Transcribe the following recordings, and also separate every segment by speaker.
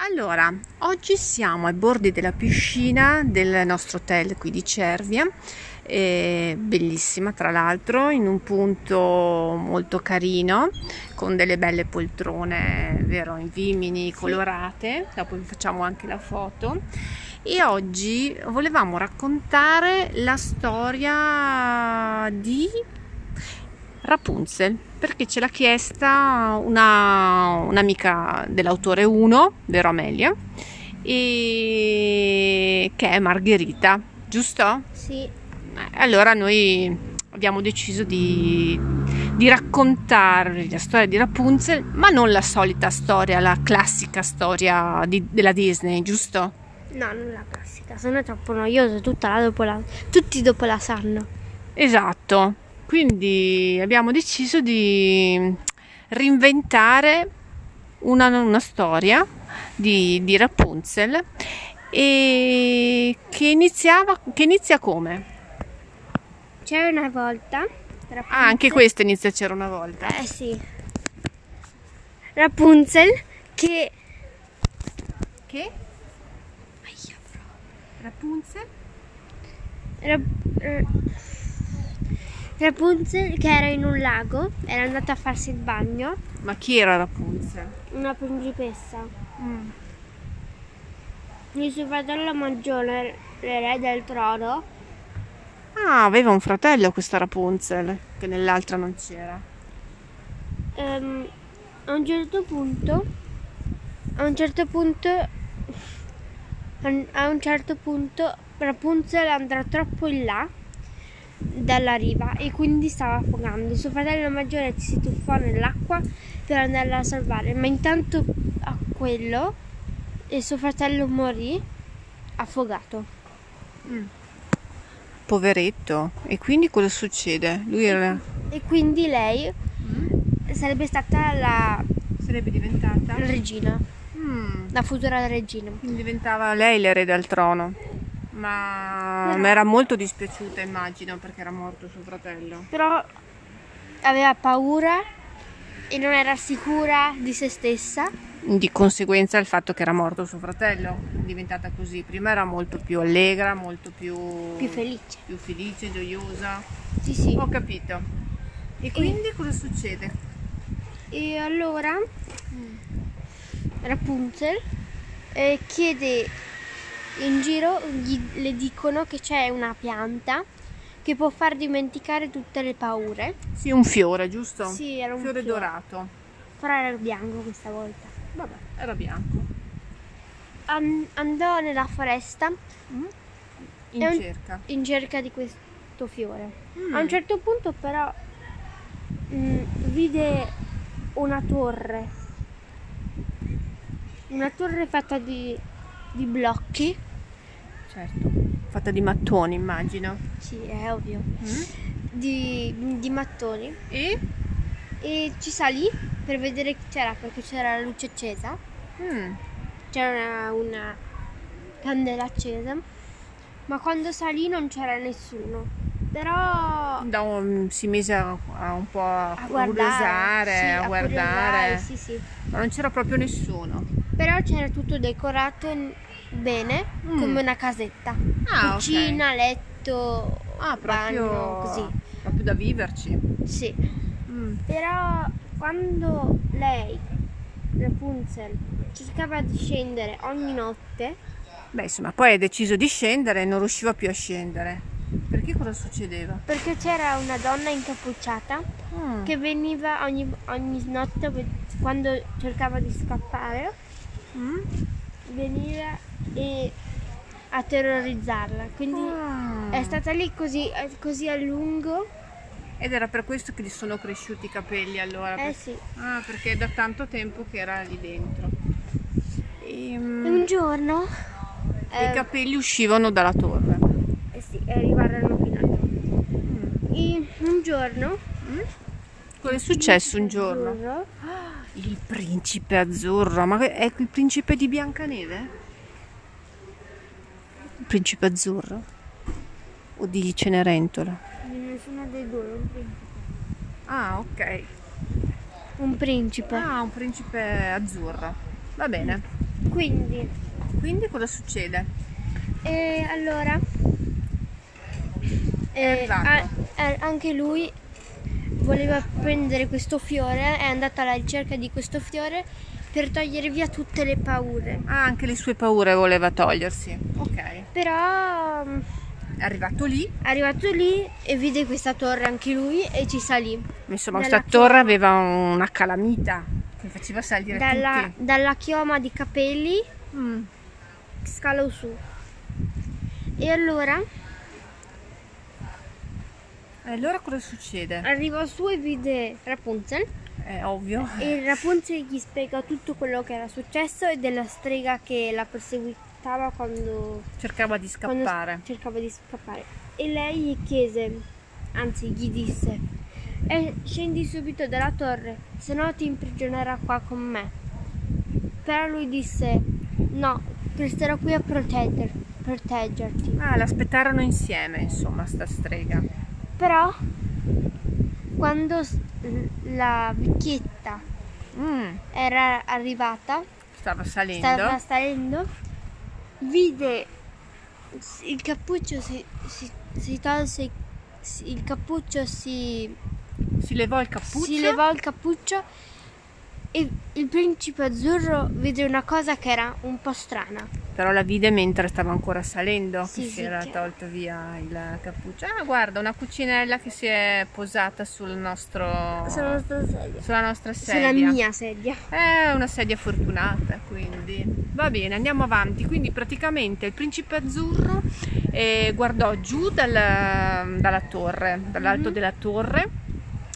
Speaker 1: Allora, oggi siamo ai bordi della piscina del nostro hotel qui di Cervia, eh, bellissima tra l'altro, in un punto molto carino, con delle belle poltrone, vero, in vimini colorate, dopo vi facciamo anche la foto. E oggi volevamo raccontare la storia di Rapunzel, perché ce l'ha chiesta una, un'amica dell'autore 1, vero Amelia, e che è Margherita, giusto?
Speaker 2: Sì,
Speaker 1: Eh, Allora noi abbiamo deciso di, di raccontarvi la storia di Rapunzel, ma non la solita storia, la classica storia di- della Disney, giusto?
Speaker 2: no, non la classica, sono troppo noioso, tutta la dopo la... tutti dopo la sanno.
Speaker 1: Esatto, quindi abbiamo deciso di reinventare una, una storia di, di Rapunzel e che, iniziava, che inizia come?
Speaker 2: C'era una volta...
Speaker 1: Ah, anche questa inizia c'era una volta.
Speaker 2: Eh sì. Rapunzel che...
Speaker 1: Che? Rapunzel?
Speaker 2: Rap- eh, Rapunzel che era in un lago, era andata a farsi il bagno,
Speaker 1: Ma chi era Rapunzel?
Speaker 2: una principessa.
Speaker 1: Mm.
Speaker 2: Il suo fratello maggiore, re del trono,
Speaker 1: Ah, aveva un fratello questa Rapunzel, che nell'altra non c'era.
Speaker 2: Ehm, a un certo punto a un certo punto a un certo punto Rapunzel andrà troppo in là dalla riva e quindi stava affogando suo fratello maggiore si tuffò nell'acqua per andarla a salvare ma intanto a quello il suo fratello morì affogato
Speaker 1: Poveretto. E quindi cosa succede? Lui era...
Speaker 2: e quindi lei sarebbe stata la
Speaker 1: Sarebbe diventata...
Speaker 2: regina
Speaker 1: Mm.
Speaker 2: la futura regina
Speaker 1: Quindi diventava lei l'erede al trono. Ma
Speaker 2: Però-
Speaker 1: ma era molto dispiaciuta, immagino, perché era morto suo fratello.
Speaker 2: però aveva paura e non era sicura di se stessa.
Speaker 1: Di conseguenza il fatto che era morto suo fratello è diventata così. Prima era molto più allegra, molto più,
Speaker 2: Più felice. Oh.
Speaker 1: più felice, gioiosa.
Speaker 2: Sì, sì.
Speaker 1: Ho capito. E quindi cosa succede?
Speaker 2: E allora mm, Rapunzel eh, chiede in giro, gli- le dicono che c'è una pianta che può far dimenticare tutte le paure.
Speaker 1: Sì, un fiore, giusto?
Speaker 2: Sì, era un
Speaker 1: fiore,
Speaker 2: fiore.
Speaker 1: dorato.
Speaker 2: Però era bianco questa volta.
Speaker 1: Vabbè, era bianco.
Speaker 2: An- andò nella foresta
Speaker 1: In
Speaker 2: È un-
Speaker 1: cerca.
Speaker 2: in cerca di questo fiore.
Speaker 1: Mm.
Speaker 2: A un certo punto però mm, vide una torre, una torre fatta di, di blocchi,
Speaker 1: Certo. Fatta di mattoni, immagino.
Speaker 2: sì è ovvio,
Speaker 1: Mm.
Speaker 2: di, di mattoni
Speaker 1: E?
Speaker 2: e ci salì per vedere chi c'era perché c'era la luce accesa,
Speaker 1: Mm.
Speaker 2: c'era una, una candela accesa, ma quando salì non c'era nessuno. Però
Speaker 1: Da un- si mise a, a un po' a,
Speaker 2: a guardare,
Speaker 1: curiosare,
Speaker 2: sì,
Speaker 1: a,
Speaker 2: a
Speaker 1: guardare,
Speaker 2: curiosare, sì, sì.
Speaker 1: ma non c'era proprio nessuno.
Speaker 2: Però c'era tutto decorato n- bene,
Speaker 1: Mm.
Speaker 2: come una casetta.
Speaker 1: Ah, ok.
Speaker 2: Cucina, letto,
Speaker 1: Ah, proprio
Speaker 2: bagno, così.
Speaker 1: Proprio da viverci.
Speaker 2: Sì.
Speaker 1: Mm.
Speaker 2: Però quando lei, Rapunzel, cercava di scendere ogni notte,
Speaker 1: Beh, insomma, poi ha deciso di scendere e non riusciva più a scendere. Perché cosa succedeva?
Speaker 2: perché c'era una donna incappucciata
Speaker 1: Mm.
Speaker 2: che veniva ogni, ogni notte ve- quando cercava di scappare,
Speaker 1: Mm.
Speaker 2: veniva e a terrorizzarla. Quindi
Speaker 1: Ah.
Speaker 2: è stata lì così, così a lungo.
Speaker 1: Ed era per questo che gli sono cresciuti i capelli allora.
Speaker 2: Eh
Speaker 1: per-
Speaker 2: sì.
Speaker 1: Ah, perché è da tanto tempo che era lì dentro.
Speaker 2: E
Speaker 1: Ehm,
Speaker 2: un giorno
Speaker 1: I
Speaker 2: eh,
Speaker 1: capelli uscivano dalla torre.
Speaker 2: eh sì, eh, riguardano fino a te.
Speaker 1: Mm.
Speaker 2: E Un giorno,
Speaker 1: Cosa è successo un giorno?
Speaker 2: giorno,
Speaker 1: Il principe azzurro, ma che- è il principe di Biancaneve? Il principe azzurro? O di Cenerentola?
Speaker 2: di nessuno dei due, un principe.
Speaker 1: Ah, ok.
Speaker 2: Un principe.
Speaker 1: Ah, un principe azzurro. Va bene.
Speaker 2: Quindi,
Speaker 1: Quindi cosa succede?
Speaker 2: eh, allora, eh,
Speaker 1: arrivato.
Speaker 2: a- eh, anche lui voleva prendere questo fiore, è andato alla ricerca di questo fiore per togliere via tutte le paure.
Speaker 1: Ah, anche le sue paure voleva togliersi. Ok. È
Speaker 2: Però mm,
Speaker 1: arrivato lì.
Speaker 2: arrivato lì e vide questa torre anche lui e ci salì.
Speaker 1: Insomma,
Speaker 2: Dalla
Speaker 1: questa torre aveva una calamita che faceva salire
Speaker 2: Dalla,
Speaker 1: tutti.
Speaker 2: dalla chioma di capelli
Speaker 1: Mm.
Speaker 2: scalò su. E allora
Speaker 1: E allora cosa succede?
Speaker 2: arrivò su e vide Rapunzel
Speaker 1: È ovvio.
Speaker 2: e Rapunzel gli spiegò tutto quello che era successo e della strega che la perseguitava quando,
Speaker 1: Cercava di
Speaker 2: quando
Speaker 1: scappare.
Speaker 2: cercava di scappare. E lei gli chiese, anzi gli disse, "Eh, scendi subito dalla torre, se no ti imprigionerà qua con me. Però lui disse, no, resterò qui a protegger- proteggerti.
Speaker 1: Ah, l'aspettarono insieme, insomma, sta strega.
Speaker 2: Però quando s- la vecchietta
Speaker 1: Mm,
Speaker 2: era arrivata,
Speaker 1: Stava salendo.
Speaker 2: stava salendo, vide s- il cappuccio si, si, si tolse si- il cappuccio si,
Speaker 1: Si levò il cappuccio.
Speaker 2: si levò il cappuccio e il principe azzurro vide una cosa che era un po' strana.
Speaker 1: Però la vide mentre stava ancora salendo,
Speaker 2: Sì,
Speaker 1: che
Speaker 2: sì,
Speaker 1: si era
Speaker 2: chiaro.
Speaker 1: tolto via il cappuccio. Ah, guarda, una cucinella che si è posata sul nostro...
Speaker 2: Sulla nostra sedia.
Speaker 1: sulla nostra sedia.
Speaker 2: Sulla mia sedia.
Speaker 1: È una sedia fortunata, quindi. Va bene, andiamo avanti. Quindi praticamente il principe azzurro eh, guardò giù dal- dalla torre, dall'alto
Speaker 2: Mhm.
Speaker 1: della torre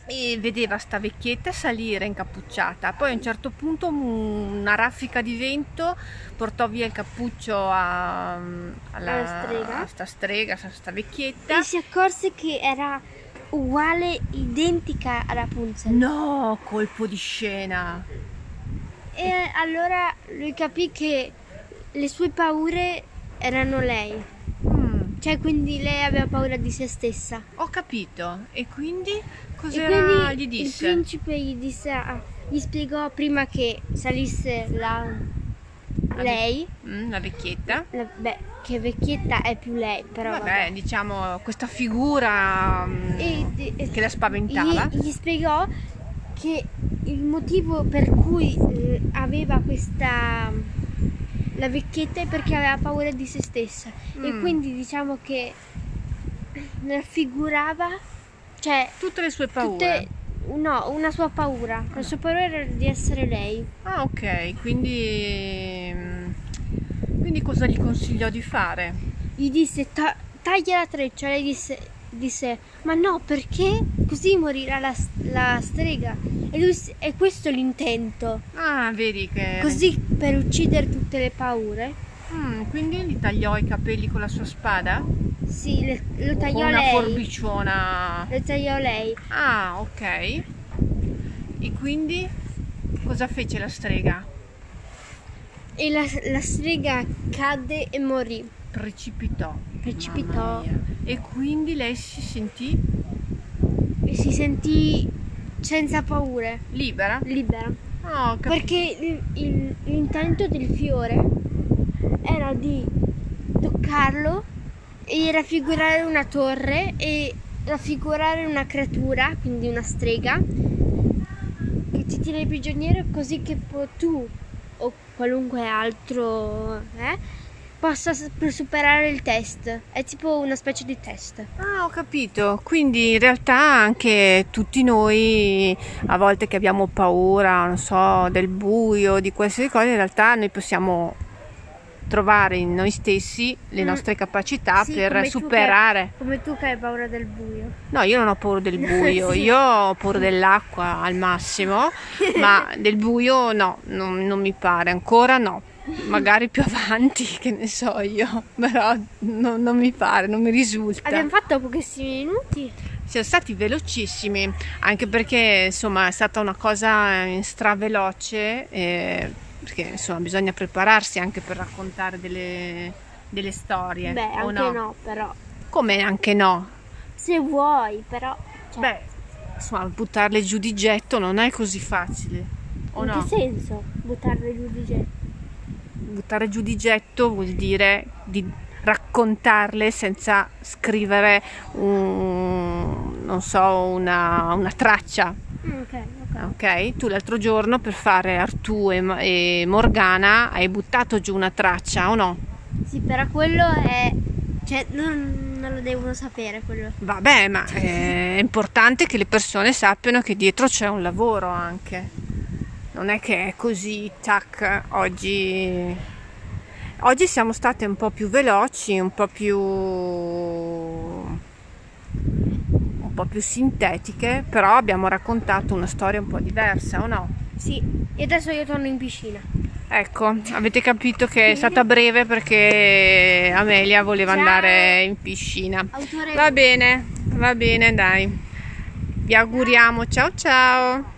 Speaker 1: e vedeva sta vecchietta salire incappucciata. Poi a un certo punto un- una raffica di vento portò via il cappuccio a,
Speaker 2: Alla strega.
Speaker 1: a sta strega, a sta vecchietta.
Speaker 2: E si accorse che era uguale, identica a Rapunzel.
Speaker 1: No, colpo di scena.
Speaker 2: E allora lui capì che le sue paure erano lei.
Speaker 1: Mm,
Speaker 2: Cioè, quindi lei aveva paura di se stessa.
Speaker 1: ho capito. E quindi
Speaker 2: e
Speaker 1: cos'era
Speaker 2: quindi
Speaker 1: gli disse?
Speaker 2: il principe gli disse, ah, gli spiegò prima che salisse la,
Speaker 1: La
Speaker 2: lei,
Speaker 1: Mm, la vecchietta.
Speaker 2: la- beh, che vecchietta è più lei, però
Speaker 1: Vabbè,
Speaker 2: vabbè.
Speaker 1: diciamo questa figura mm,
Speaker 2: E- e-
Speaker 1: che la spaventava.
Speaker 2: Gli, gli spiegò che il motivo per cui eh, aveva questa la vecchietta è perché aveva paura di se stessa e
Speaker 1: Mm.
Speaker 2: quindi diciamo che raffigurava cioè
Speaker 1: Tutte le sue paure.
Speaker 2: tutte no, una sua paura, la sua paura era di essere lei.
Speaker 1: Ah, ok, quindi. mm, Quindi cosa gli consigliò di fare?
Speaker 2: Gli disse "Ta- taglia la treccia, lei disse, disse ma no perché così morirà la, la strega e, lui, s- e questo è l'intento.
Speaker 1: Ah, vedi che.
Speaker 2: Così per uccidere tutte le paure,
Speaker 1: Mm, quindi gli tagliò i capelli con la sua spada?
Speaker 2: sì, le- lo
Speaker 1: Con
Speaker 2: tagliò
Speaker 1: una
Speaker 2: lei.
Speaker 1: forbiciona.
Speaker 2: Lo tagliò lei.
Speaker 1: Ah, ok. E quindi cosa fece la strega?
Speaker 2: E la, la strega cadde e morì.
Speaker 1: Precipitò.
Speaker 2: Precipitò.
Speaker 1: Mamma mia. E quindi lei si sentì
Speaker 2: E si sentì senza paure,
Speaker 1: libera? Ah,
Speaker 2: libera.
Speaker 1: No, cap-
Speaker 2: Perché il- il- l'intento del fiore era di toccarlo e raffigurare una torre e raffigurare una creatura, quindi una strega, che ti tiene prigioniero così che po- tu o qualunque altro eh, possa s- per superare il test. È tipo una specie di test.
Speaker 1: Ah, ho capito. Quindi in realtà anche tutti noi, a volte che abbiamo paura, non so, del buio, di qualsiasi cosa, in realtà noi possiamo trovare in noi stessi le
Speaker 2: Mm.
Speaker 1: nostre capacità
Speaker 2: Sì,
Speaker 1: per
Speaker 2: come tu che-
Speaker 1: superare.
Speaker 2: Come tu che hai paura del buio.
Speaker 1: No, io non ho paura del buio,
Speaker 2: Sì.
Speaker 1: io ho paura dell'acqua al massimo, ma del buio no, non, non mi pare, ancora no. Magari più avanti, che ne so io, però no- non mi pare, non mi risulta.
Speaker 2: Abbiamo fatto pochissimi minuti.
Speaker 1: Siamo stati velocissimi, anche perché insomma è stata una cosa eh, straveloce, eh, perché insomma bisogna prepararsi anche per raccontare delle, delle storie.
Speaker 2: Beh,
Speaker 1: o
Speaker 2: anche
Speaker 1: eh. Ah, no?
Speaker 2: no? però.
Speaker 1: Come anche no?
Speaker 2: Se vuoi, però. cioè,
Speaker 1: Beh, insomma, buttarle giù di getto non è così facile, o
Speaker 2: in
Speaker 1: no?
Speaker 2: che senso buttarle giù di getto?
Speaker 1: buttare giù di getto vuol dire di raccontarle senza scrivere un- non so, una- una traccia,
Speaker 2: Mm, Ok, ok.
Speaker 1: Ok, tu l'altro giorno per fare Artù e, Ma- e Morgana hai buttato giù una traccia o no?
Speaker 2: Sì, però quello è... Cioè, non, non lo devono sapere quello.
Speaker 1: Vabbè, ma eh, è importante che le persone sappiano che dietro c'è un lavoro anche. Non è che è così, tac, oggi... Oggi siamo state un po' più veloci, un po' più... un po' più sintetiche, però abbiamo raccontato una storia un po' diversa, o no?
Speaker 2: Sì, e adesso io torno in piscina.
Speaker 1: Ecco, avete capito che è stata breve perché Amelia voleva
Speaker 2: Ciao.
Speaker 1: andare in piscina.
Speaker 2: Autore...
Speaker 1: Va bene, va bene, dai. Vi auguriamo ciao ciao.